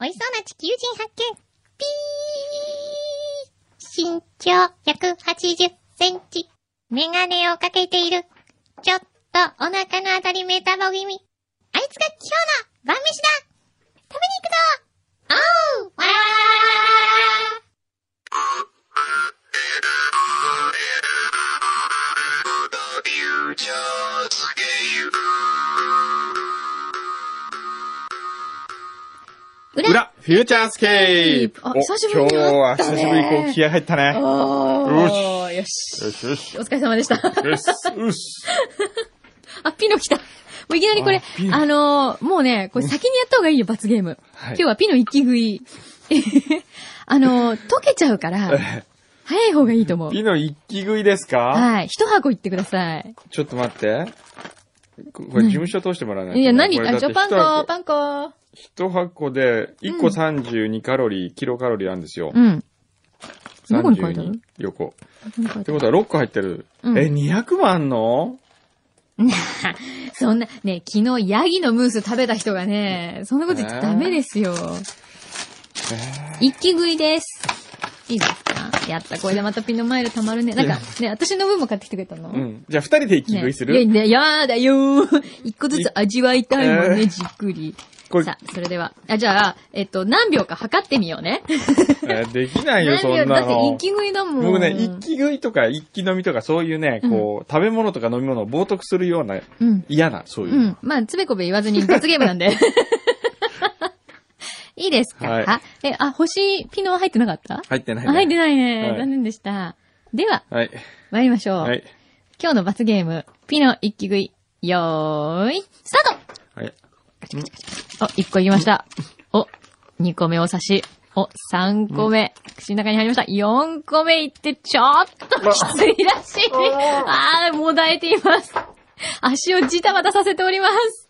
美味しそうな地球人発見ピー身長180センチ。メガネをかけている。ちょっとお腹のあたりメタボ気味。あいつが今日の晩飯だ食べに行くぞおうわー裏裏、フューチャースケープあお久しぶりに今日は会った久ねしぶりにこう気合入ったね。おー、よよし。しよし。お疲れ様でした。よし、うっす。あ、ピノ来た。もういきなりこれあピ、ノあのーもうね、これ先にやった方がいいよ、罰ゲーム。はい今日はピノ一気食い。 あのー溶けちゃうから、早い方がいいと思う。ピノ一気食いですかはい。一箱いってください。ちょっと待って。ここれ事務所通してもらわないといや、何これだあ、ってちょ、パン一箱コ、パンコ。一箱で、1個32カロリー、キロカロリーあるんですよう。ん。どこに書いてあ32る横。ってことは6個入ってる。うんえ、200もあんの そんな、ね、昨日ヤギのムース食べた人がね、そんなこと言っちゃダメですよ。一気食いです。いいですかやった。これでまたピノマイル溜まるね。なんか、ね、私の分も買ってきてくれたのうん。じゃあ2人で一気ね食いすいやるいや、やだよ ー一個ずつ味わいたいもんえね、ーじっくり。これさあ、それでは。あ、じゃあ、えっと、何秒か測ってみようね。えできないよ、何そ秒んだなっての一。気食いだもん。僕ね、一気食いとか一気飲みとかそういうね、こう、食べ物とか飲み物を冒涜するようなうん。嫌な、そういうう。ん。まあ、つべこべ言わずに罰ゲームなんで。 いいですか、はいあ、え、あ、星、ピノは入ってなかった、入ってない、あ入ってないね、はい残念でした。では、はい。参りましょう。はい。今日の罰ゲーム、ピノ一気食い、よーい、スターはい。トお、1個いきました。お、2個目を差し。お、3個目、口の中に入りました。4個目いって、ちょっときついらしい。あー、もだえています。足をジタバタさせております。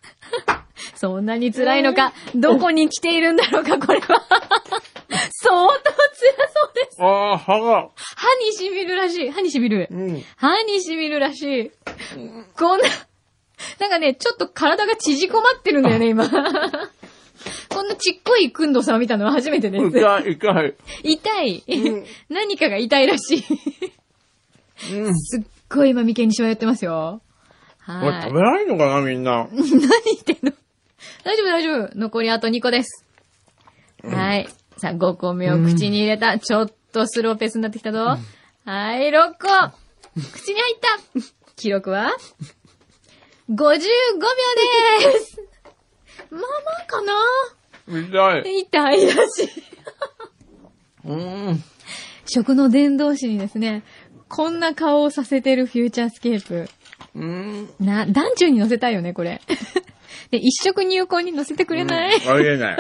そんなに辛いのか、どこに来ているんだろうか、これは。相当辛そうです。ああ、歯が。歯にしみるらしい。歯にしみる。うん。歯にしみるらしい。こんな、なんかね、ちょっと体が縮こまってるんだよね、今。こんなちっこいくんどさんを見たのは初めてです。痛い、痛い。痛い。 何かが痛いらしい。うん。すっごい今眉間にしわ寄ってますよ。これは食い。べないのかな、みんな。 何言ってんの大丈夫、大丈夫。残りあと2個です。はい。さあ、5個目を口に入れた。ちょっとスローペースになってきたぞ。はい、6個。口に入った。記録は ?55 秒です。まあまあかな痛い。痛いらしい。うん。食の伝道師にですね、こんな顔をさせてるフューチャースケープ。うん。な、団中に乗せたいよね、これ。 で、一食入魂に乗せてくれない、ありえない。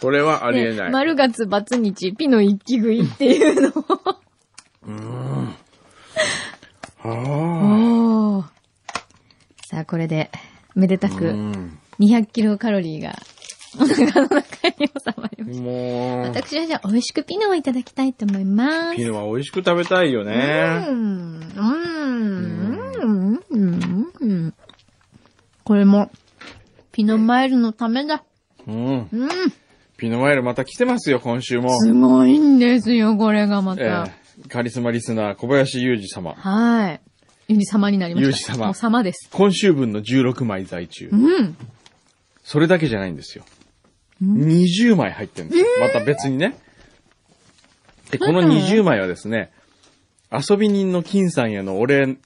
これはありえねない。丸月罰日、ピの一気食いっていうのを。あおーさあ、これで、めでたあ。うく、ん。 200キロカロリーが、お腹の中に収まりましもた。う、私はじゃあ、美味しくピノをいただきたいと思います。ピノは美味しく食べたいようね。ん、うん、うん、うん。これも、ピノマイルのためだ。うん。うん。ピノワイルまた来てますよ、今週も。すごいんですよ、これがまえた。ーカリスマリスナー、小林裕二様。はい。ユニ様になりました。ユニ様もう様です。今週分の16枚在中。うん。それだけじゃないんですよ。20枚入ってるんですよ。また別にね。で、この20枚はですね、遊び人の金さんへのお礼、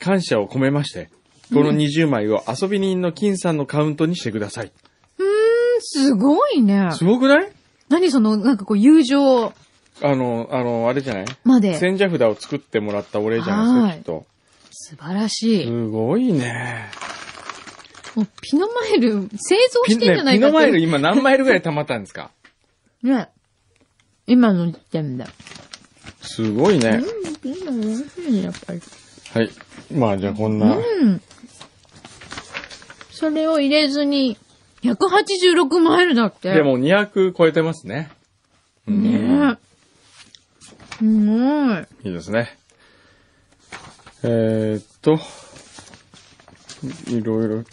感謝を込めまして、この20枚を遊び人の金さんのカウントにしてください。すごいね。すごくない何その、なんかこう、友情あの、あの、あれじゃないまで。千社札を作ってもらったお礼じゃないですか、きっと。素晴らしい。すごいね。もうピノマイル、製造ピしンてんねじゃなピいかノっマて。イル今何マイルぐらい溜まったんですかね。今の時点で。すごいね。今美味しいね、やっぱり。はい。まあじゃあこんな。うん。それを入れずに、186マイルだって。でも200超えてますね。ねえ。すごい。いいですね。えー、っと、いろいろ。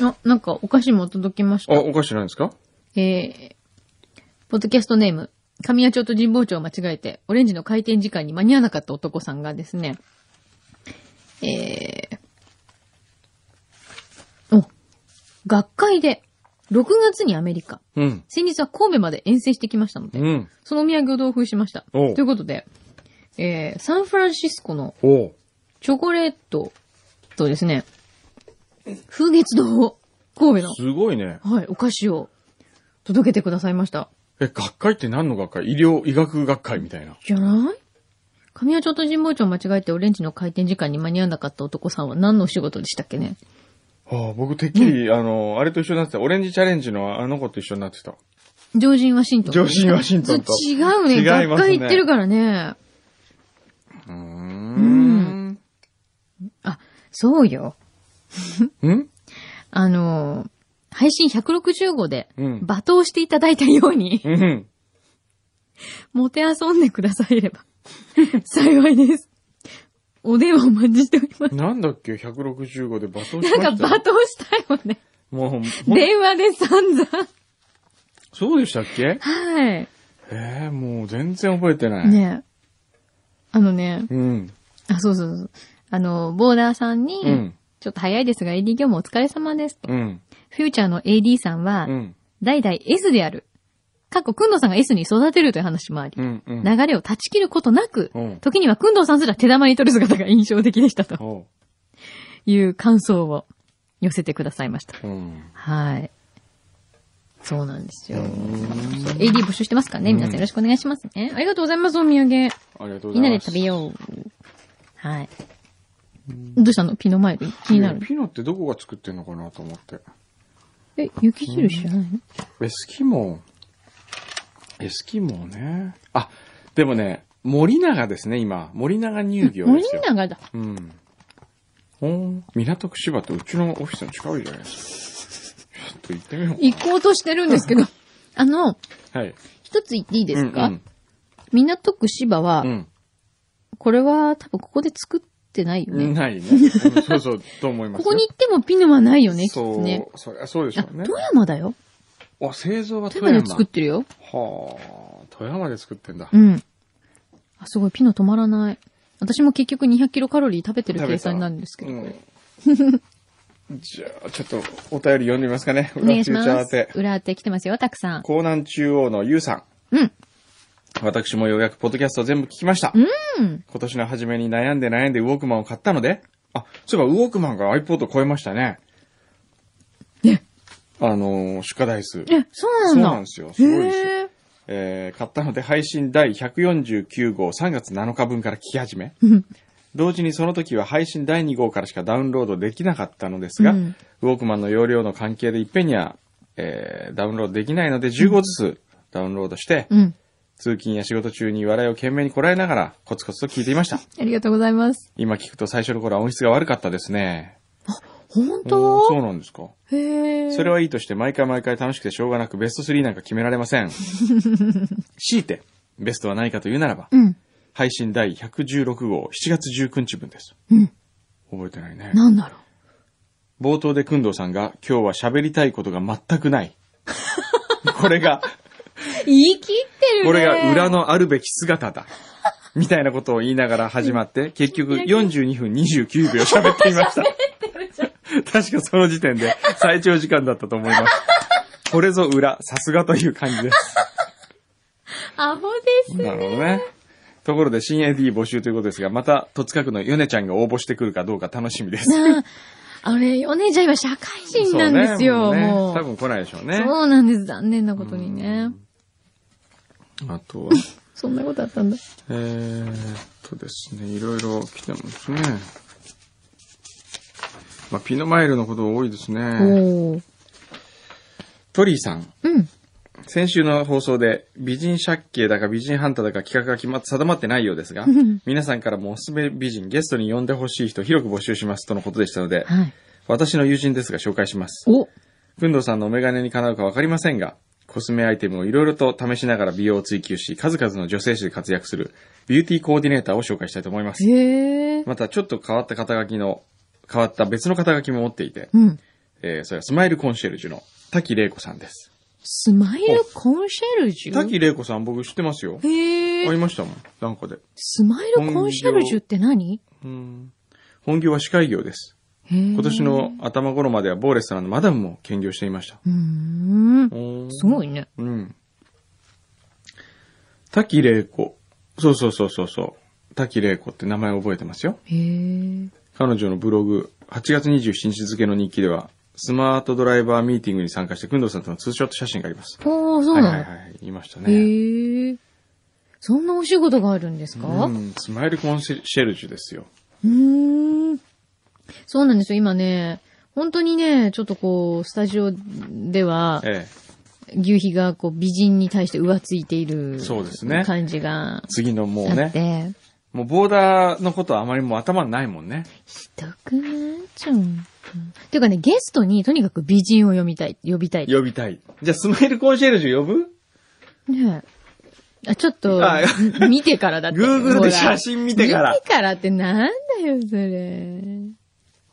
あ、なんかお菓子も届きましあ、た。おかしいないんですかえー、ポッドキャストネーム、神谷町と神保町を間違えて、オレンジの開店時間に間に合わなかった男さんがですね、えー、お、学会で、6月にアメリカ、うん。先日は神戸まで遠征してきましたので、うん。そのお土産を同封しました。とおういうことで、えー、サンフランシスコのおう。チョコレートとですね、風月堂を、神戸の、すごいね。はい、お菓子を届けてくださいました。え、学会って何の学会医療医学学会みたいな。じゃない神谷町と神保町を間違えてオレンジの開店時間に間に合わなかった男さんは何のお仕事でしたっけねああ、僕てっきり、あの、あれと一緒になってた。オレンジチャレンジのあの子と一緒になってた。常人ワシントン。上新ワシントンと。そう違うね。違いますね学会行ってるからね。うーん。そうよ。うんあのー配信165で、うん罵倒していただいたように、 うん。もてあそんでくだされれば、 幸いです。お電話お待ちしております。なんだっけ ?165 で罵倒しましたなんか罵倒したよね。もう、ほん電話で散々。そうでしたっけはい。えー、もう全然覚えてない。ねえあのね、うん。あ、そうそうそう。あの、ボーダーさんに、うんちょっと早いですが、AD 業務お疲れ様ですと。うん。フューチャーの AD さんは、うん。代々 S である。かっこ、くんどうさんが S に育てるという話もあり、うん。うん。流れを断ち切ることなく、うん時にはくんどうさんすら手玉に取る姿が印象的でしたとおういう感想を寄せてくださいました。うん。はい。そうなんですよ。そう AD 募集してますからね。皆さんよろしくお願いしますね。ありがとうございます、お土産。ありがとうござみんいます。なで食べよう。はい。どうしたのピノマイル気にないるや。ピノってどこが作ってんのかなと思って。え、雪印じゃないのエスキモー。エスキモーね。あ、でもね、森永ですね、今。森永乳業で森すよ。永だ。うん。ほん、港区芝ってうちのオフィスの近いじゃないですか。ちょっと行ってみよう行こうとしてるんですけど。あの、か。はい。一つ言っていいですか、うん港区芝は、うん。これは多分ここで作ってないようね。ん。ないね。 うんそうそう、と思いますこよ。こに行ってもピノはないよね、きっそとう、ね。そりゃそうでしあ、ょうね。富山だよ。あ、製造は富富山山。で作ってるよ。はあ、富山で作ってんだ。うん。あ、すごい、ピノ止まらない。私も結局200キロカロリー食べてる計算になるんですけど。うん じゃあ、ちょっとお便り読んでみますかね。お願いし裏フューチャーま宛すて。。裏当て来てますよ、たくさん。江南中央のゆうさん。うん。私もようやくポッドキャストを全部聞きました。うん。今年の初めに悩んで悩んでウォークマンを買ったので、あ、そういえばウォークマンが iPod を超えましたね。ねあのー、出荷台数。え、そうなそんうだ。なんですよ。すごいですよ。へえ。えー買ったので配信第149号3月7日分から聞き始め、同時にその時は配信第2号からしかダウンロードできなかったのですが、うんウォークマンの容量の関係でいっぺんには、えーダウンロードできないので10号ずつダウンロードして、うん。通勤や仕事中に笑いを懸命にこらえながらコツコツと聞いていました。ありがとうございます。今聞くと最初の頃は音質が悪かったですね。本おー当そうなんですか。へえ。それはいいとして、毎回毎回楽しくてしょうがなくベスト3なんか決められません。強いて、ベストは何かというならば、うん。配信第116号7月19日分です。うん。覚えてないね。なんだろ冒頭でくんどうさんが、今日は喋りたいことが全くない。 これ が、う。言い切ってるね。これが裏。のあるべき姿だ。みたいなことを言いながら始まって、結局42分29秒喋っていま した。確かその時点で最長時間だったと思います。これぞ裏、さすがという感じ です。アホです。なるほどね。ところで新 AD 募集ということですが、また、戸塚区のヨネちゃんが応募してくるかどうか楽しみです。なあ、あれ、お姉ちゃん今社会人なんですそよ、うねももうう。ね多分来ないでしょうね。そうなんです、残念なことにね。あとは、そんなことあったんだ。えーっとですね、いろいろ来てますね。まあ、ピノマイルのこと多いですね。おー。トリーさん、うん。先週の放送で美人借景だか美人ハンターだか企画が決まっ定まってないようですが、皆さんからもおすすめ美人ゲストに呼んでほしい人広く募集しますとのことでしたので、はい。私の友人ですが紹介します。お。くんどうさんのお眼鏡にかなうかわかりませんが、コスメアイテムをいろいろと試しながら美容を追求し、数々の女性誌で活躍するビューティーコーディネーターを紹介したいと思います。へえ。また、ちょっと変わった肩書きの、変わった別の肩書きも持っていて、うん。えーそれはスマイルコンシェルジュの滝玲子さんです。スマイルコンシェルジュ滝玲子さん僕知ってますよ。へありえ。ましたもん。なんかで。スマイルコンシェルジュって何うん本業は司会業です。今今年。の頭頃までは某レストランのマダムも兼業していました。うーん。すごい。いね。うん。滝玲子。そうそうそうそうそう。滝玲子って名前覚えてますよ。へえ。彼女のブログ、8月27日付の日記では、スマートドライバーミーティングに参加して、くんどうさんとのツーショット写真があります。おー、そうはいなはのい。はい。言いましたね。へえ。そんなお仕事があるんですかう、うんスマイルコンシェルジュですよ。ーん。そうなんですよ、今ね。本当にね、ちょっとこう、スタジオでは、ええ。牛皮がこう、美人に対して浮ついている。そうですね感じが。次のもうあっね、て、もうボーダーのことはあまりもう頭にないもんね。ひどくなっちゃう。っていうかね、ゲストにとにかく美人を呼びたい、呼びたい。呼びたい。じゃあ、スマイルコンシェルジュ呼ぶねえあ、ちょっとあ、ん見てからだって。 ?Google ほでら写真見てから見。てからってなんだよ、それ。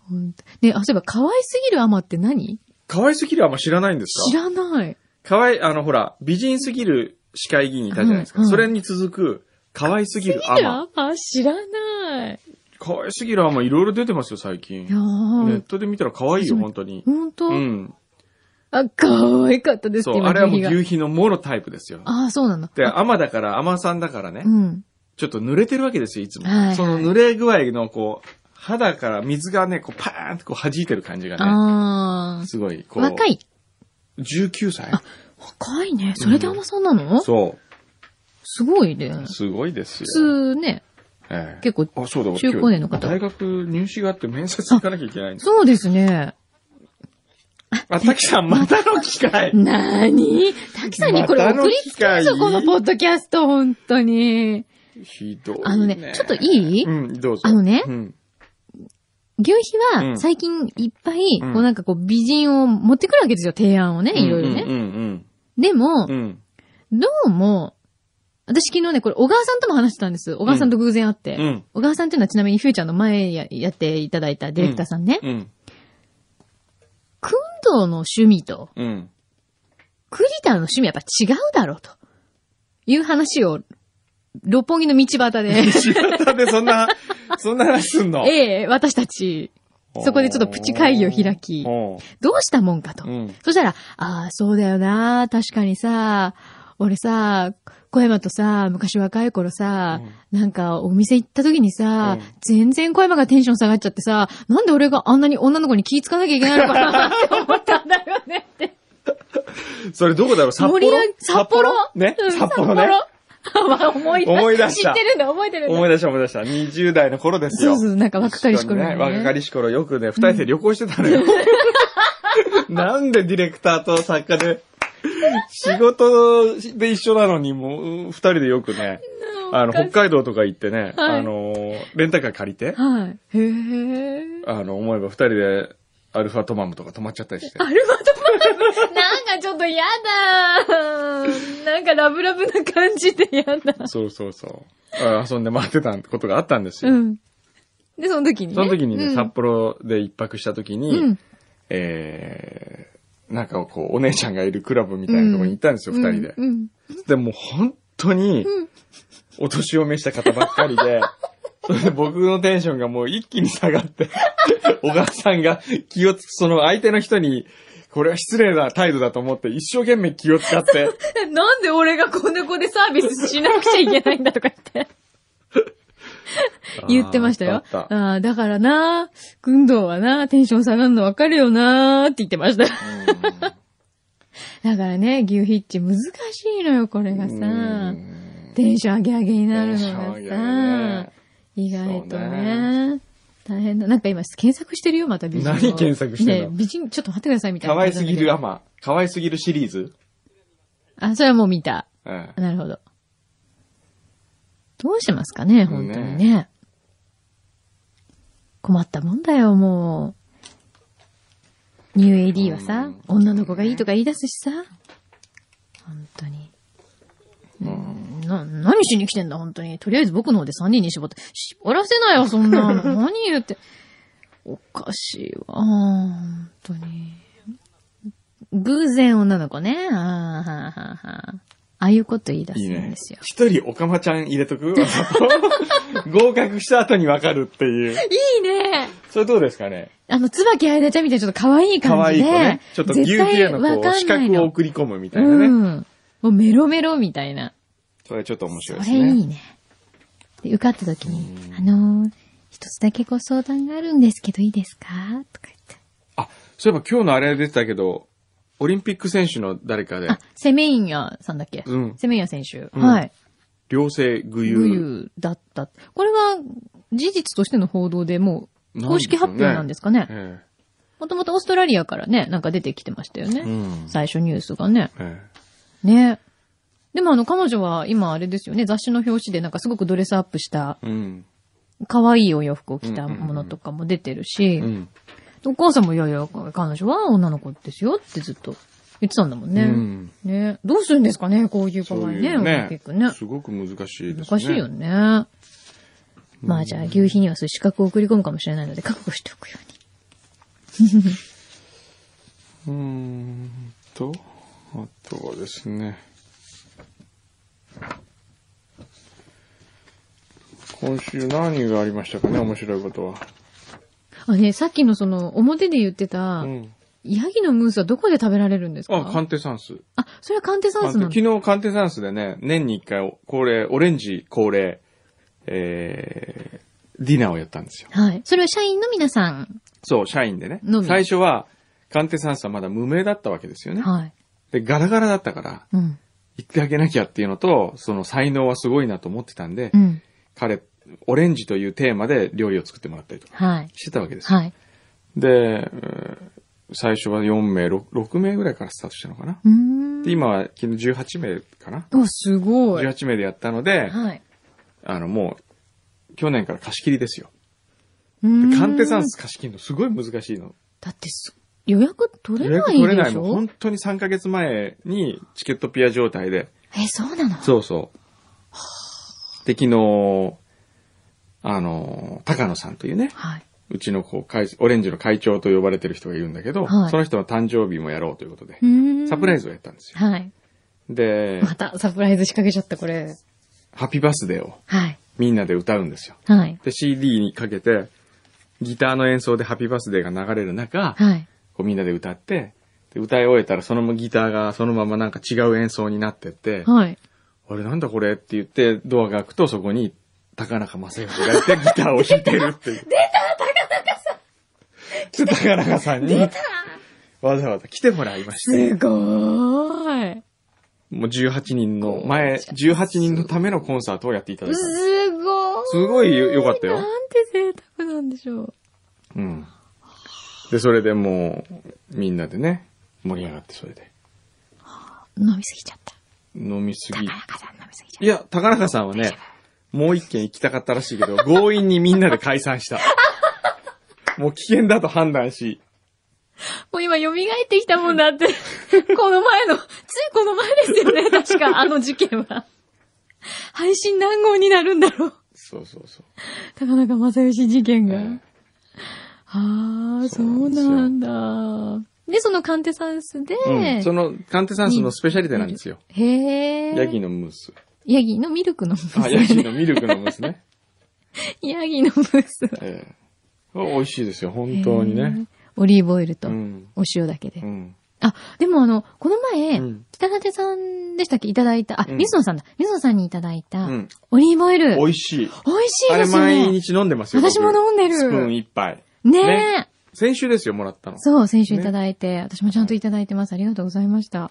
ほんとねあ、そういえば、可愛すぎるアマって何可愛すぎるあんま知らないんです知からない。可愛い、あの、ほら、美人すぎる司会議員いたじゃないですか。うんうんそれに続く、可愛すぎるアいマ。や、あ、知らない。可愛すぎるアマいろいろ出てますよ、最近いや。ー、ネットで見たら可愛いよ、そう本当に。ほんと、うん。あ、可愛かったですそう、あれはもう牛皮が牛皮のモロタイプですよ。あ、そうなんだ。で、アマだから、アマさんだからねう、ん。ちょっと濡れてるわけですよ、いつもはいは。いその濡れ具合の、こう、肌から水がね、こう、パーンとこう弾いてる感じがね、あすごい、ー。こう。若い。 19歳若いね。それであんまそうなの、そすごいね。う。すごいです普よ。通ね。ええ結構、あ、そうだ、中高年の方今日大学入試があって面接行かなきゃいけないんです。そうですね。あ、滝さん、またの機会なーに滝さんにこれまたの送りつけるぞ、機会このポッドキャスト、本当に。ひどい、ね。あのね、ちょっといい、うん、どうぞ。あのねうん。牛皮うはん最近いっぱい、うんこうなんかこう美人を持ってくるわけですよ、提案をね、いろいろうね。んでもうんうん。う、ん。どうも、私昨日ね、これ小川さんとも話してたんです。小川さんと偶然会って。うん。小川さんっていうのはちなみにフューチャーの前ややっていただいたディレクターさんね。うん。くんどうの趣味と、うん。栗田の趣味やっぱ違うだろうと。いう話を、六本木の道端で。仕事で そんな、 そんな話すんのええ、私たち、そこでちょっとプチ会議を開きおーどうしたもんかと。うん。そしたら、ああ、そうだよな、確かにさ、俺さ、小山とさ、昔若い頃さ、なんかお店行った時にさ、うん全然小山がテンション下がっちゃってさ、なんで俺があんなに女の子に気ぃつかなきゃいけないのかなって思ったんだよねって。それどこだろう札幌盛り上げ札幌ねうん札幌ね。札幌 思い出した。思い出した知ってるんだ、覚えてるんだ。思い出した思い出した。20代の頃ですそよ。うそう、なんか若かりし頃に一ね。緒に若かりし頃よくね、二人で旅行してたのよ。 なんでディレクターと作家で、仕事で一緒なのに、もううん、二人でよくね、あの、北海道とか行ってね、はいあのー、レンタカー借りて、はい。へえ。 あの、思えば二人で、アルファトマムとか泊まっちゃったりして。アルファトマムなんかちょっと嫌だ なんかラブラブな感じで嫌だ。そうそうそう。あ遊んで回ってたことがあったんですうよ。ん。で、その時にね。その時にうね、ん札幌で一泊した時に、うん。えー、なんかこう、お姉ちゃんがいるクラブみたいなところに行ったんですよ、二、人で。うん。でもう本当に、お年を召した方ばっかり で、それで僕のテンションがもう一気に下がって、 小川さんが気をつ、その相手の人に、これは失礼な態度だと思って、一生懸命気を使って、うんなんで俺がこんな子でサービスしなくちゃいけないんだとか言って。 言ってましたよ。あったあっああ、だからな、軍道はな、テンション下がるの分かるよなって言ってま した。だたからね、牛ヒッチ難しいのよ、これがうさ。んテンション上げ上げになテるンションの上げがねさ。意外そとうねね。大変だ。なんか今検索してるよ、また美人を。何検索してんのね美人、ちょっと待ってください、みたいな。可愛すぎるア。マ、可愛すぎるシリーズ。あ、それはもう見た。うんなるほど。どうしますかね、本当にね。困ったもんだよ、もう。ニュー AD はさ、女の子がいいとか言い出すしさ。本当に。うんな、何しに来てんだ、本当に。とりあえず僕の方で3人に絞って、絞らせなよ、そんなの。何言って。おかしいわ。本当に。偶然女の子ね。あーはーはーはーああいうこと言い出すいいんねですよ。。一人おかまちゃん入れとく 合格した後にわかるっていう。いいね。それどうですかねあの、椿あいなちゃんみたいにちょっと可愛い可感愛じいで。子ね。ちょっと牛系の絶対わこう、か資んない格をの送り込むみたいなうね。ん。もうメロメロみたいな。それちょっと面白いそでれすいね。いね。で、受かった時に、あのー一つだけご相談があるんですけどいいですかとか言って。あ、そういえば今日のあれ出てたけど、オリンピック選手の誰かで、あ、セメインヤさんだっけうんセメインヤ選手。うんはい。良性具グ有。ユだった。これは、事実としての報道でもう、なんでしょうね公式発表なんですかね。えもともとオーストラリアからね、なんか出てきてましたよえ。ね。うん。最初ニュースがね。えね。でもあの、彼女は今あれですよね、雑誌の表紙でなんかすごくドレスアップした、え。うん。可愛いお洋服を着たものとかも出てるし、うん。お母さんもいやいや、彼女は女の子ですよってずっと言ってたんだもんね。うんね。どうするんですかね、こういう場そう合いね、うオリンピねックね。。すごく難しいですね。難しいよね。まあじゃあ、牛皮にはそういう資格を送り込むかもしれないので、覚悟しておくように。うーんと、あとはですね。今週何がありましたかね、面白いことは。あ、ね、さっきのその、表で言ってた、うん。ヤギのムースはどこで食べられるんですかあ、鑑定算数。あそれは鑑定算あ数な昨んだ。日鑑定算数でね、年に一回恒例、オレンジ恒例、えー、ディナーをやったんですよ。はい。それは社員の皆さん。そう、社員でねの。み最初は、鑑定算数はまだ無名だったわけですよね。はい。で、ガラガラだったから、うん。行ってあげなきゃっていうのと、その才能はすごいなと思ってたんでう、ん。彼、オレンジというテーマで料理を作ってもらったりとかはい。してたわけですよ。はい。で、えー最初は4名6、6名ぐらいからスタートしたのかな。うーん。で、今は昨日18名かな。お、すごい。 18名でやったので、はい。あの、もう、去年から貸し切りですよ。うでーん鑑定算数貸し切るのすごい難しいの。だってす、予約取れ予な約いでしょ取れないの。本当に3ヶ月前にチケットピア状態で。え、そうなのそうそう。で、昨日、あの、高野さんというね、はいうちのこう会、オレンジの会長と呼ばれてる人がいるんだけど、はいその人の誕生日もやろうということでう、ーん。サプライズ。ズをやったんですよ。はい。で、またサプライズ仕掛けちゃった、これ。ハッピーバースデーをはい。みんなで歌うんですよ。はい。で、CD にかけて、ギターの演奏でハッピーバースデーが流れる中、はい。こうみんなで歌って、で歌い終えたらそのギターがそのままなんか違う演奏になってって、はい。あれなんだこれって言ってドアが開くとそこに高中正義がいてギターを弾いてる っていう。出た高中さんで、高中さんに、わざわざ来てもらいましすて、ごーい。もう18人の、前、18人のためのコンサートをやっていただいたんです。すごーい。すごいよ良かったよなんて贅沢なんでしょう。うん。で、それでもう、みんなでね、盛り上がってそれで。飲みすぎちゃった。飲みすぎ高。中さん飲みすぎちゃいや、高中さんはね、もう一軒行きたかったらしいけど、強引にみんなで解散 した。もう危険だと判断し、った。もう今蘇ってきたもんだって。 この前の、ついこの前です よね。確か、あの事件は。配信何号になるんだろう。そうそうそう。高中正義事件が。えああ、そそううななんだ。で、その鑑定算数で、えうん。その、鑑定算数のスペシャリテなんですよ。へえ。ヤギのムース。ヤギのミルクのムース。あ、ヤギのミルクのムースね。 ヤギのムース。 ええ美味しいですよ、本当にへーね。。オリーブオイルとう、ん。お塩だけでう。ん。あ、でもあの、この前、うん北舘さんでしたっけいただいた、あ、うん水野さんだ。水野さんにいただいた、うんオリーブオイル。美美味味しい。しいあでれすよ毎ね。日飲んでますよ。僕私も飲んでるスプーン一杯。ねえ。ね先週ですよ、もらったの。そう、先週いただいて、私もちゃんといただいてます。ありがとうございました。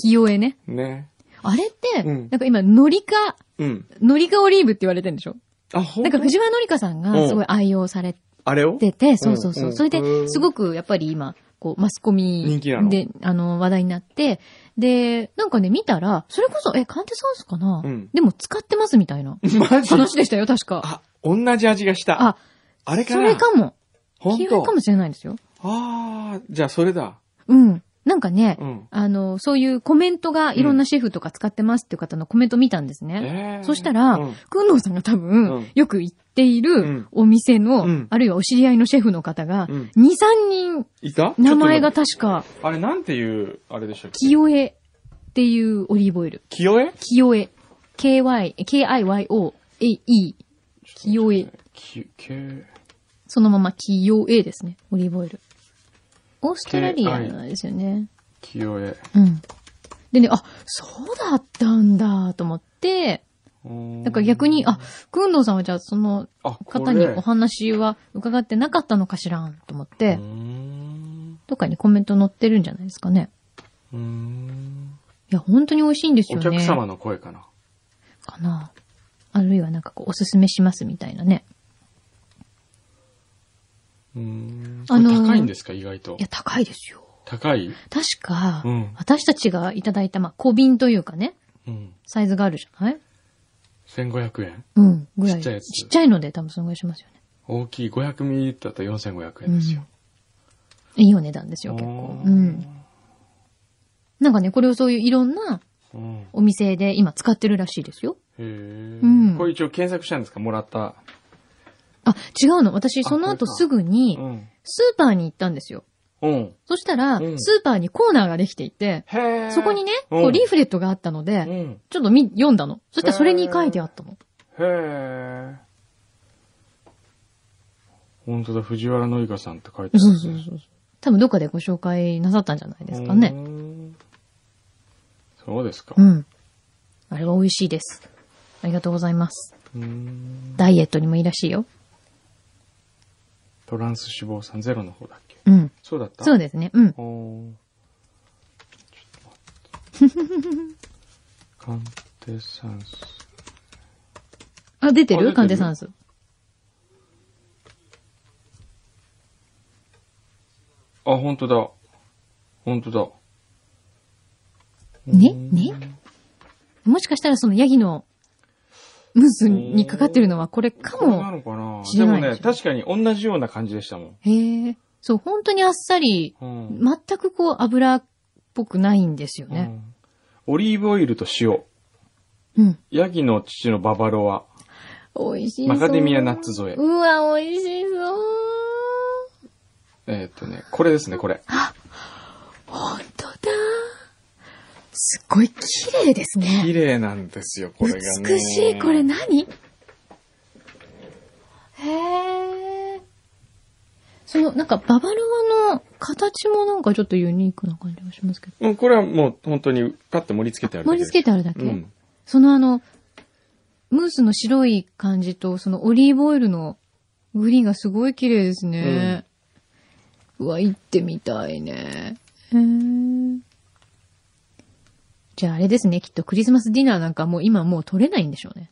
清江ね。ね。あれって、うんなんか今、のりか、うん。のりかオリーブって言われてるんでしょあ、ほなんんか藤原のりかさんうんがすごい愛用されあれをてて、そうそうそう。うんそれでう、んすごくやっぱり今、こう、マスコミ人気なので、あの、話題になって、で、なんかね、見たら、それこそ、え、鑑定サンスかな、うんでも使ってますみたいなマジ話でしたよ、確か。あ、同じ味がした。ああ、れかそなれかも。本黄色当いかもしれないですよ。ああ、じゃあそれだ。うん。なんかね、うん。あの、そういうコメントがいろんなシェフとか使ってますっていう方のコメント見たんですね。えーそしたらうんくんのうさんが多分、うんよく行っていうるんお店の、うんあるいはお知り合いのシェフの方が、うん2、3人いた名前がちょっ確か、とあれ、なんていう、あれでしたっけ清江っていうオリーブオイル。清江清江。KY、KIYOAE。清江。き、け、そのまま清江ですね。オリーブオイル。オーストラリアなんですよね。清江。うん。でね、あ、そうだったんだと思って、だから逆に、あ、くんどうさんはじゃあそのあ、こ方にれお話は伺ってなかったのかしらんと思って、うーんどっかにコメント載ってるんじゃないですかね。うーんいや、本当に美味しいんですよおね。客様の声かな。かな。あるいはなんかこう、おすすめしますみたいなね。うーん。あのーこれ高いんですか、意外といや、。高いですよ。高い確か、うん私たちがいただいた、まあ、小瓶というかね、うん。サイズがあるじゃない1500円。うん、ぐらい。ちっちゃいやつちゃいので多分そのぐらいしますよね。大きい 500ml だと4500円ですよ。いいお値段ですよ、結構。うん。なんかね、これをそういういろんなうん。お店で今使ってるらしいですよ。へえ。うんこれ一応検索したんですかもらった。あ、違うの。私、あその後これかすぐにう、ん。スーパーに行ったんですよ。うん。そしたらう、んスーパーにコーナーができていて、へえ。そこにね。ね、うんこうリーフレットがあったのうで、ん。ちょっと見、読んだの。そしたらそれに書いてあったの。へえ。本当だ、藤原紀香さんって書いてあそうる。そうそう。多分どっかでご紹介なさったんじゃないですかね。うーん。そうですか。うん。あれは美味しいです。ありがとうございます。うーんダイエットにもいいらしいよ。トランス脂肪酸ゼロの方だっけうん。そうだったそうでですね。うん。おーちょっ と待って。寒低酸素。あ、出てあ出てるる鑑定算数。あ、本当だ。本当だ。ねうーんねもしかしたらそのヤギのムースにかかってるのはこれかこれなも。のかなしでれなもいでね、しょ確かに同じような感じでしたもん。へえ。そう、本当にあっさり、うん全くこう油っぽくないんですようね。んオリーブオイルと塩。うん。ヤギの父のババロア。美味しそう。マカデミアナッツ添えう。わ、美味しそう。えーっとね、これですね、これ。本当だ。すっごい綺麗ですね。綺麗なんですよ、これがね。美しい、これ何へー。その、なんか、ババロアの形もなんかちょっとユニークな感じがしますけど。うん、これはもう本当にパッと盛り付けてあるだけ盛りです。付けてあるだけ、うん。そのあの、ムースの白い感じと、そのオリーブオイルのグリーンがすごい綺麗ですね。うわ、行ってみたいね。へーじゃああれですね、きっとクリスマスディナーなんかもう今もう取れないんでしょうね。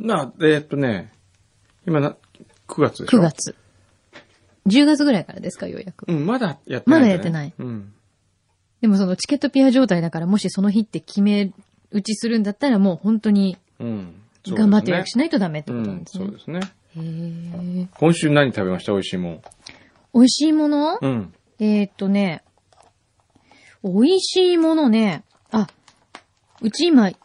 な、えーっとね、今な、9月でしょ9。月。10月ぐらいからですか、ようやく。うん、まだやってないんだね、まだやってないうん。でもそのチケットピア状態だから、もしその日って決め打ちするんだったら、もう本当にうん。そうですね頑張って予約しないとダメってうことなんん、ですそね。うですね。へえ。今週何食べました美味しいもん。美味しいもの、うん。えーっとね、美味しいものね、あ、うち今、イン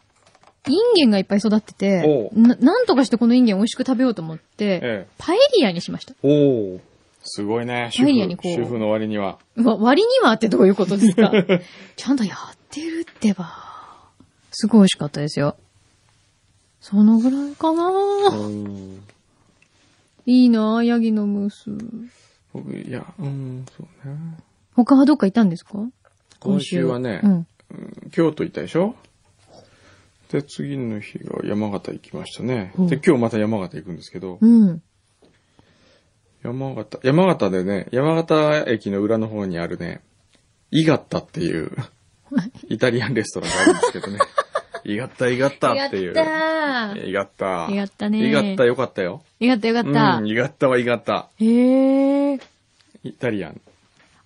ゲンがいっぱい育っててお、うななんとかしてこのインゲン美味しく食べようと思って、ええ。パエリアにしました。おー。すごいね。主パエリアに婦、こう主婦の割には。わ、割にはってどういうことです かちゃんとやってるってば。すごい美味しかったですよ。そのぐらいかうな、ん。いいなあヤギのムース。僕、いや、うん、そうね。他はどっかいたんですか今週はね、うん。京都行ったでしょで、次の日が山形行きましたね。うんで、今日また山形行くんですけど、うん。山形、山形でね、山形駅の裏の方にあるね、イガッタって いう、 イタリアンレストランがあるんですけどね。 イガッタ、イガッタっていう。やったイガッタ。イガッタねイガッタよかったよ。ーやったよかったうん、。イガッタはイガッタ。へえ。イタリアン。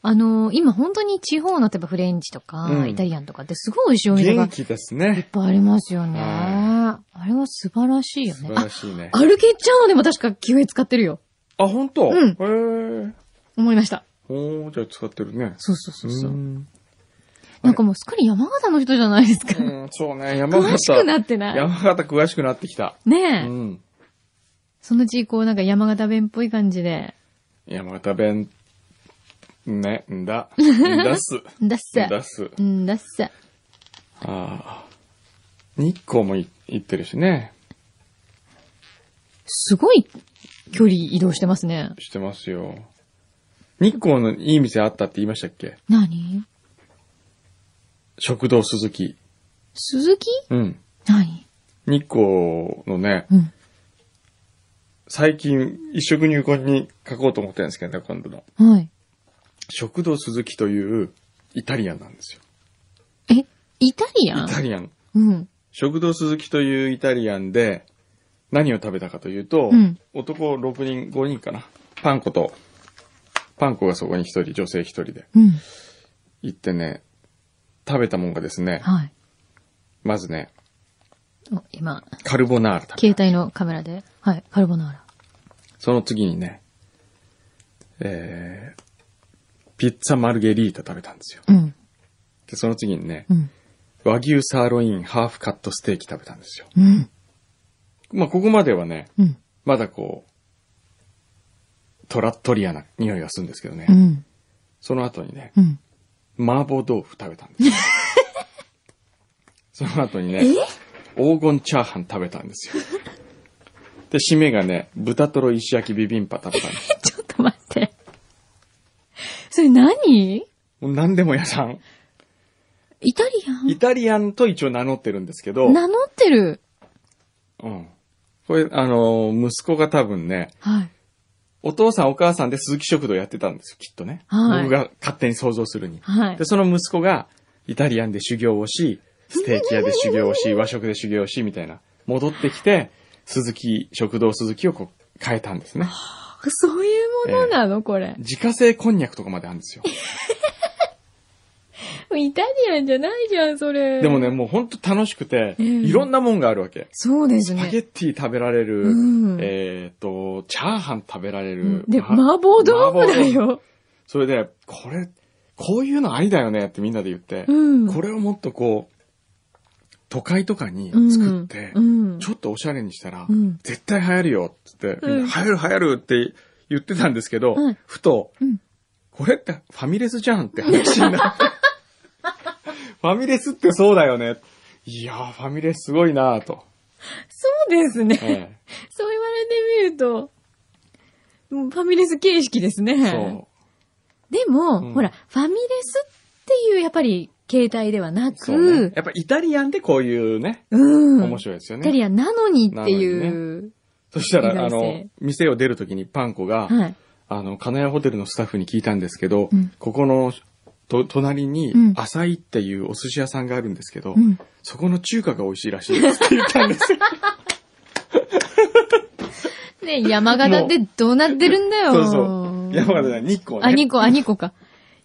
あのー今本当に地方の例えばフレンチとか、うんイタリアンとかってすごい美味しいお店がい元っ気ですぱね。いありますよね。あはれは素晴らしいよ素ね晴。あら、しいね。アルケッチャーノでも確かキウイ使ってるよ。あ、本当うんへえ。思いました。おー、じゃあ使ってるね。そうそうそうそう。んなんかもうすっかり山形の人じゃないですか。 うん、そうね、山詳し形。くなってない。山形詳しくなってきた。うねえ。ん。そのうち、こう、なんか山形弁っぽい感じで。山形弁、ね、んだ、んだっ す。んだっさ。だっす。うんだっさ。ああ。日光もい行ってるしね。すごい距離移動してますね。してますよ。日光のいい店あったって言いましたっけ何食堂鈴木。鈴木うん。何日光のね、うん。最近一食入魂に書こうと思ってるんですけどね、今度の。はい。食堂鈴木というイタリアンなんですよ。え、イタリアインタリアン。うん。食堂鈴木というイタリアンで、何を食べたかというと、うん男6人、5人かな。パン粉と、パン粉がそこに1人、女性1人でうん。行ってね、食べたもんがですね、はい。まずね、お、今、カルボナーラ食べた携帯のカメラで。はい。カルボナーラ。その次にね、えー、ピッツァマルゲリータ食べたんですよ。うん。で、その次にねう、ん。和牛サーロインハーフカットステーキ食べたんですよ。うん。まあ、ここまではね、うん。まだこう、トラットリアな匂いがするんですけどね、うん。その後にね、うん。麻婆豆腐食べたんですよ。その後にね、黄金チャーハン食べたんですよ。で、締めがね、豚トロ石焼きビビンパ食べたんですよ。ちょっと待って。それ何もう何でも屋さん。イタリアインタリアンと一応名乗ってるんですけど、名乗ってる。うん。これ、あのー、息子が多分ね、はい。お父さんお母さんで鈴木食堂やってたんですよ、きっとね。はい僕が勝手に想像するに。はいで、。その息子がイタリアンで修行をし、ステーキ屋で修行をし、和食で修行をし、みたいな。戻ってきて、鈴木、食堂鈴木をこう変えたんですね。そういうものなのこれ。自家製こんにゃくとかまであるんですよ。イタリアンじゃないじゃん、それ。でもね、。もうほんと楽しくて、うんいろんなもんがあるわけ。そうですスパゲね。ッティ食べられる、うんえっ、と、チャーハン食べられうんる。で、ま麻婆豆腐だ。麻よ。それで、これ、こういうのありだよねってみんなで言って、うん。これをもっとこう、都会とかにうん作って、うん。ちょっとおしゃれにしたら、うん絶対流行るよって言って、うんみんな流行る流行るって言ってたんですけど、うんふと、うんこれってファミレスじゃんって話にな って、ファミレスってそうだよね。いやー、ファミレスすごいなーと。そうですね。ええそう言われてみると、もうファミレス形式ですね。そう。でも、うんほら、ファミレスっていう、やっぱり、形態ではなく、そうね。やっぱイタリアンでこういうね、うん。面白いですよイね。タリアンなのにっていう。そした意ら、あ外性の、店を出るときにパンコが、はい。あの、金谷ホテルのスタッフに聞いたんですけど、うんここの、と、隣にうん、浅井っていうお寿司屋さんがあるんですけど、うん。そこの中華が美味しいらしいですって言ったん ですよ。ね、山形ってどうなってるんだよ。そうそう。山形だ、日光ね。あ、ニコ、あ、ニコか。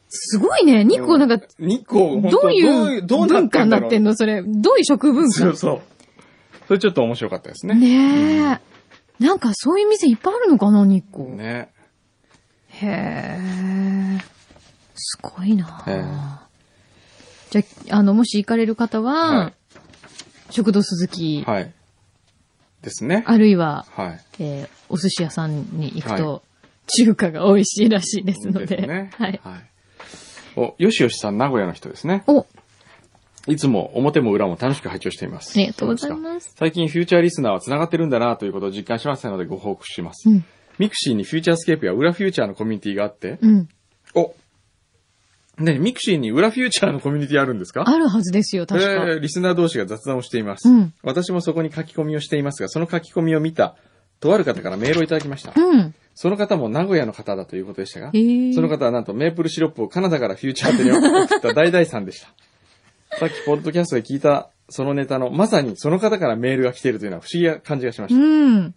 すごいね。ニコなんか、日光、本当どういうどうな文って化んにだなろうってんのそれ。どういう食文そう化そう。それちょっと面白かったですね。ねえ。なんかそういう店いっぱいあるのかな、ニコ。ねへえ。すごいなえじゃあ、あの、もし行かれる方は、は食堂鈴木、はい。ですね。あるいは、はい。えーお寿司屋さんに行くと、は中華が美味しいらしいですので。ですね。はい。はい。お、よしよしさん、名古屋の人ですね。お、あいつも表も裏も楽しく拝聴しています。りがとうございそうでますす。か最近フューチャーリスナーは繋がってるんだなということを実感しましたのでご報告します。うん。ミクシーにフューチャースケープや裏フューチャーのコミュニティがあって、うん。おねミクシーに裏フューチャーのコミュニティあるんですかあるはずですよ、確か。えーリスナー同士が雑談をしています、うん私もそこに書き込みをしていますが、その書き込みを見た、とある方からメールをいただきました。うん。その方も名古屋の方だということでしたが、へーその方はなんとメープルシロップをカナダからフューチャーテに送った大々さんで した。さっきポッドキャストで聞いたそのネタの、まさにその方からメールが来ているというのは不思議な感じがしました。うん。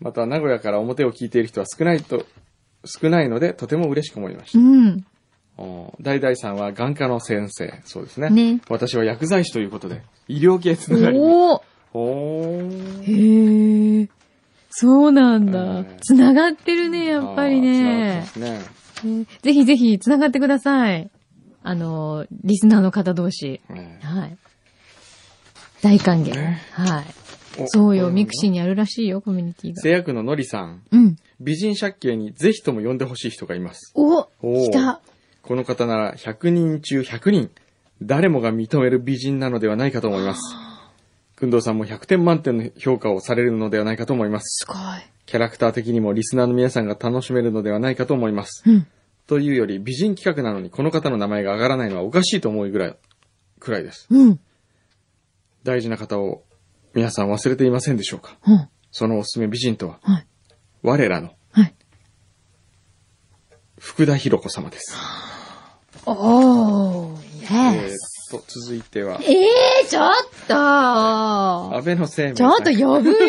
また名古屋から表を聞いている人は少ないと、少ないのでとても嬉しく思いました。うん。おー大々さんは眼科の先生、そうですね。ね私は薬剤師ということで、医療系つながりに。おーおーへえ。そうなんうだん。つながってるね、やっぱりあー繋がってまね。すね。えーぜひぜひ、つながってください。あのー、リスナーの方同士、うんはい。大歓迎。ねはい。おそうよ、ミクシーにあるらしいよ、コミュニティ製が。薬ののりさん。うん。美人借景にぜひとも呼んでほしい人がいます。おおー来た。この方なら100人中100人、誰もが認める美人なのではないかと思います。くんどうさんも100点満点の評価をされるのではないかと思います。すごい。キャラクター的にもリスナーの皆さんが楽しめるのではないかと思います。うん。というより、美人企画なのにこの方の名前が上がらないのはおかしいと思うぐらい、くらいです。うん。大事な方を皆さん忘れていませんでしょうかうん。そのおすすめ美人とは、はい。我らのはい。福田博子様です。おえーー、っ yes. と、続いては、えー、ちょっと安倍の生命ちょっと呼ぶよい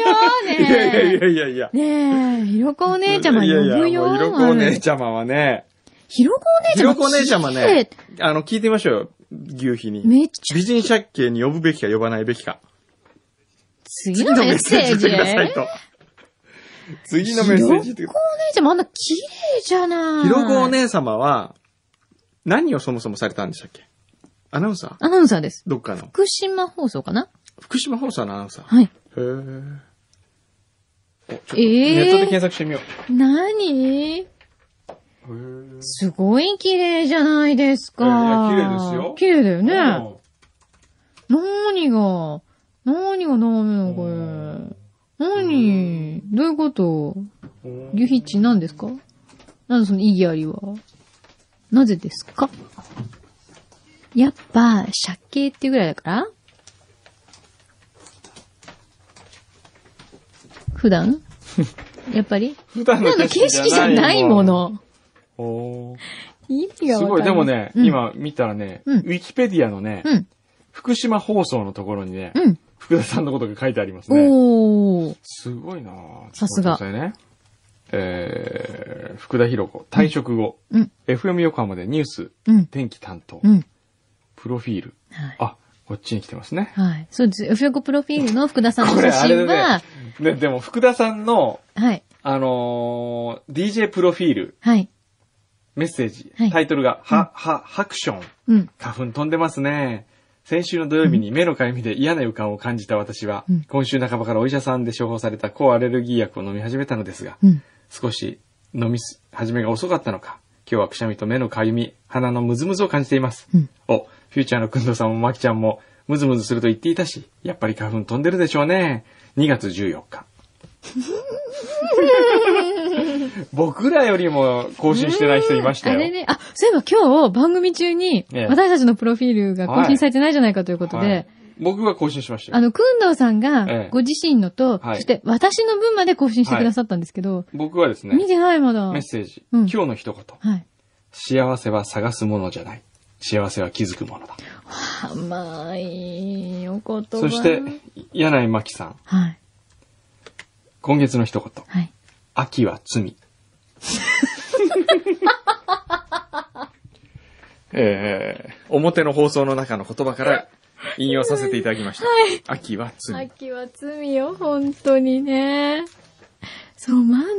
やいやいやねいやいや。え。ねえ、ひろこお姉ちゃま呼ぶよいやいやもうひろこお姉ちゃまはね、ひろこお姉ちひゃま。ろこお姉ちゃまね、あの、聞いてみましょうよ、牛皮に。めっちゃ美人借景に呼ぶべきか呼ばないべきか。次のメッセージ。次のメッセージくださいひと。次のメッセージってろこお姉ちゃまあんな綺麗じゃない。ひろこお姉様は、何をそもそもされたんでしたっけアナウンサーアナウンサーです。どっかの。福島放送かな福島放送のアナウンサー。はい。へーおちょっとえーネットで検索してみよ何う。へーすごい綺麗じゃないですか。いやいや綺麗ですよ綺麗だよね。お何が、何がダメなのこれ。何どういうことー牛ヒッチ何ですかなんでその意義ありはなぜですかやっぱ、借景っていうぐらいだから普段やっ ぱり普段普段の景色じゃないも。の。おー意味がすわごい、かんなでもね、うん、今見たらね、うんウィキペディアのね、うん、福島放送のところにね、うん。福田さんのことが書いてありますね。おー。すごいなぁさすがちょっと待ってくださいね。えー、福田博子、退職後、うん、 FM 横浜でニュース、うん、天気担当、うん。プロフィール。はい。あ、こっちに来てますね。はい。そうです。f 横プロフィールの福田さんのこれ写あれ真だはね、。ね、でも福田さんの、はい。あのー DJ プロフィール、はい。メッセージ、はいタイトルが、は、は、ハクション。うん。花粉飛んでますね。先週の土曜日に目のかゆみで嫌な予感を感じた私は、うん今週半ばからお医者さんで処方された抗アレルギー薬を飲み始めたのですが、うん。少し飲みす始めが遅かったのか、今日はくしゃみと目のかゆみ、鼻のムズムズを感じています。うんお、フューチャーのくんどうさんもまきちゃんも、ムズムズすると言っていたし、やっぱり花粉飛んでるでしょうね。2月14日。 僕らよりも更新してない人いましたあれよ。ね、あ、そういえば今日番組中にええ、私たちのプロフィールが更新されてないじゃないかということで、はい僕は更新しましたよあの、くんどうさんええが、ご自身のと、はいそして私の分まで更新してくださったんですけど、僕はですね、見てないまだ。はメッい。セージ、うん今日の一言。幸せは探すものじゃない。幸せは気づくものだ。甘いお言葉。そして、柳井真紀さん、はい。今月の一言。はい。秋は罪。 えー、表の放送の中の言葉から引用させていただきました。秋は罪。秋は罪よ、本当にね。そう思わない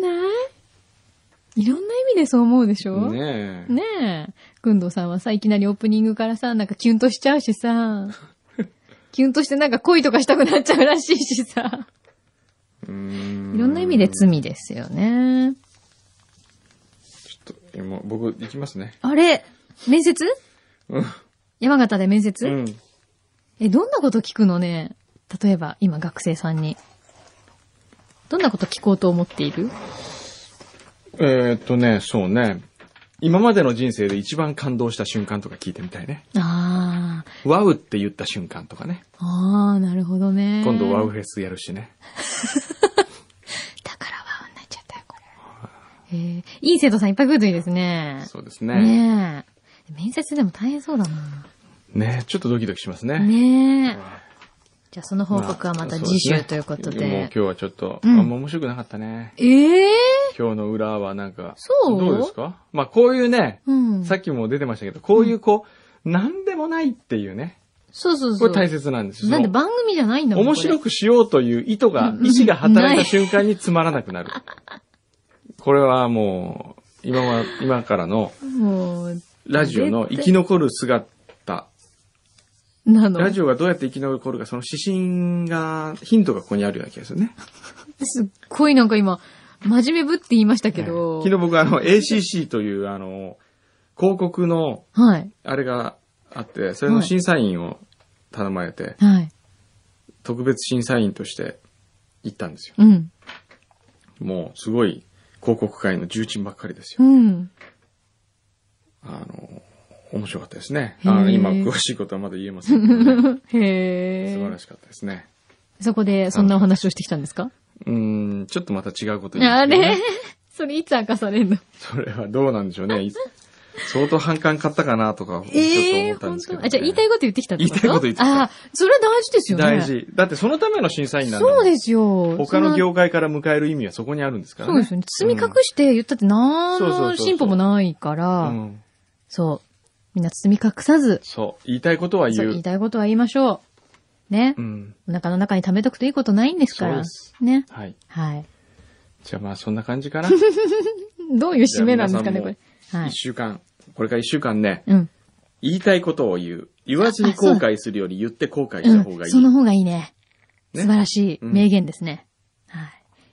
いろんな意味でそう思うでしょねえ。ねえ。くんどうさんはさ、いきなりオープニングからさ、なんかキュンとしちゃうし さ。キュンとしてなんか恋とかしたくなっちゃうらしいしさ。うーん いろんな意味で。罪ですよね。ちょっと、もう僕、行きますね。あれ面接うん。山形で面接、うん。え、どんなこと聞くのね例えば、今学生さんに。どんなこと聞こうと思っているえーっとね、そうね。今までの人生で一番感動した瞬間とか聞いてみたいね。あー。ワウって言った瞬間とかね。あー、なるほどね。今度ワウフェスやるしね。だからワウになっちゃったよ、これ。えー、いい生徒さんいっぱい来るといいですね。そうですね。ねえ。面接でも大変そうだな。ねちょっとドキドキしますね。ねえ。じゃあその報告はあまたそう次すね週ということで。もう今日はちょっと、うんあんま面白くなかったね。ええ今日の裏はなんか、そうどうですかまあこういうね、うん。さっきも出てましたけど、こういうこう、なんでもないっていうね。そうそうそこう。れ大切なんですよ。なんでその番組じゃないんだもん。面白く。くしようという意図が、意志が働いた瞬間につまらなくなる。これはもう、今は、今からのもう、ラジオの生き残る姿。なのラ。ジオがどうやって生き残るか、その指針が、ヒントがここにあるような気がするね。すっごいなんか今、真面目ぶって言いましたけど。昨日僕あの、ACC というあの、広告の、はい。あれがあって、それの審査員を頼まれて、はい。特別審査員として行ったんですよ。うん。もう、すごい広告界の重鎮ばっかりですうよ。ん。 あの、面白かったですね。へーあの今、詳しいことはまだ言えませんけどね、 へえ。素晴らしかったですね。そこで、そんなお話をしてきたんですかうーん、ちょっとまた違うことに、あれそれいつ明かされるのそれはどうなんでしょうね。い相当反感買ったかなとか、ちょっとええ思ったん本ですけど、当ねあ、じゃあ言いたいこと言ってきたってこ言といたいこと言ってきたああ、それは大事ですよね。大。事。だってそのための審査員なんだもんそうですよ。他のそんな業界から迎える意味はそこにあるんですからそうね。ですよね。積み隠して言ったって何そうそうそうそのう進歩もないかうら、んそう。みんな包み隠さず、そう。言いたいことはそ言うう。言いたいことは言いましょう。ねう。ん。お腹の中に溜めとくといいことないんですそかうらです。ね。はい。はい。じゃあまあそんな感じ かな。どういう締めなんですかね、じゃこあ皆れ。は一い。週間。これから一週間ね、うん。言いたいことを言う。言わずに後悔するより言って後悔しうた方がいん。い。その方がいいね。ね素晴らしいうん名言ですね。はい。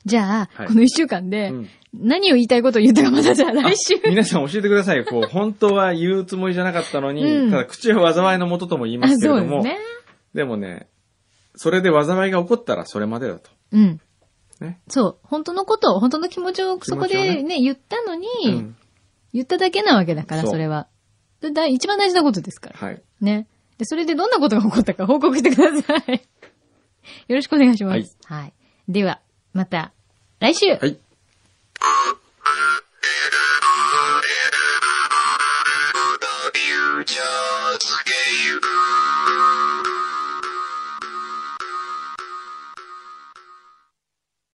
じゃはあ、いこの一週間でうん、何を言いたいことを言ったかまたじゃあ来週。皆さん教えてくださいよ。こ う、本当は言うつもりじゃなかったのに、うんただ口は災いのもととも言いまあ、すけれそうどですも、ね。でもね、それで災いが起こったらそれまでだと。うん。ねそう。本当のことを、本当の気持ちをそこ気持ちをでねね、言ったのに、うん言っただけなわけだから、そうそれは。だだ一番大事なことですから。はい。ね。で、それでどんなことが起こったか報告してください。よろしくお願いします。はい。では、また、来週はい。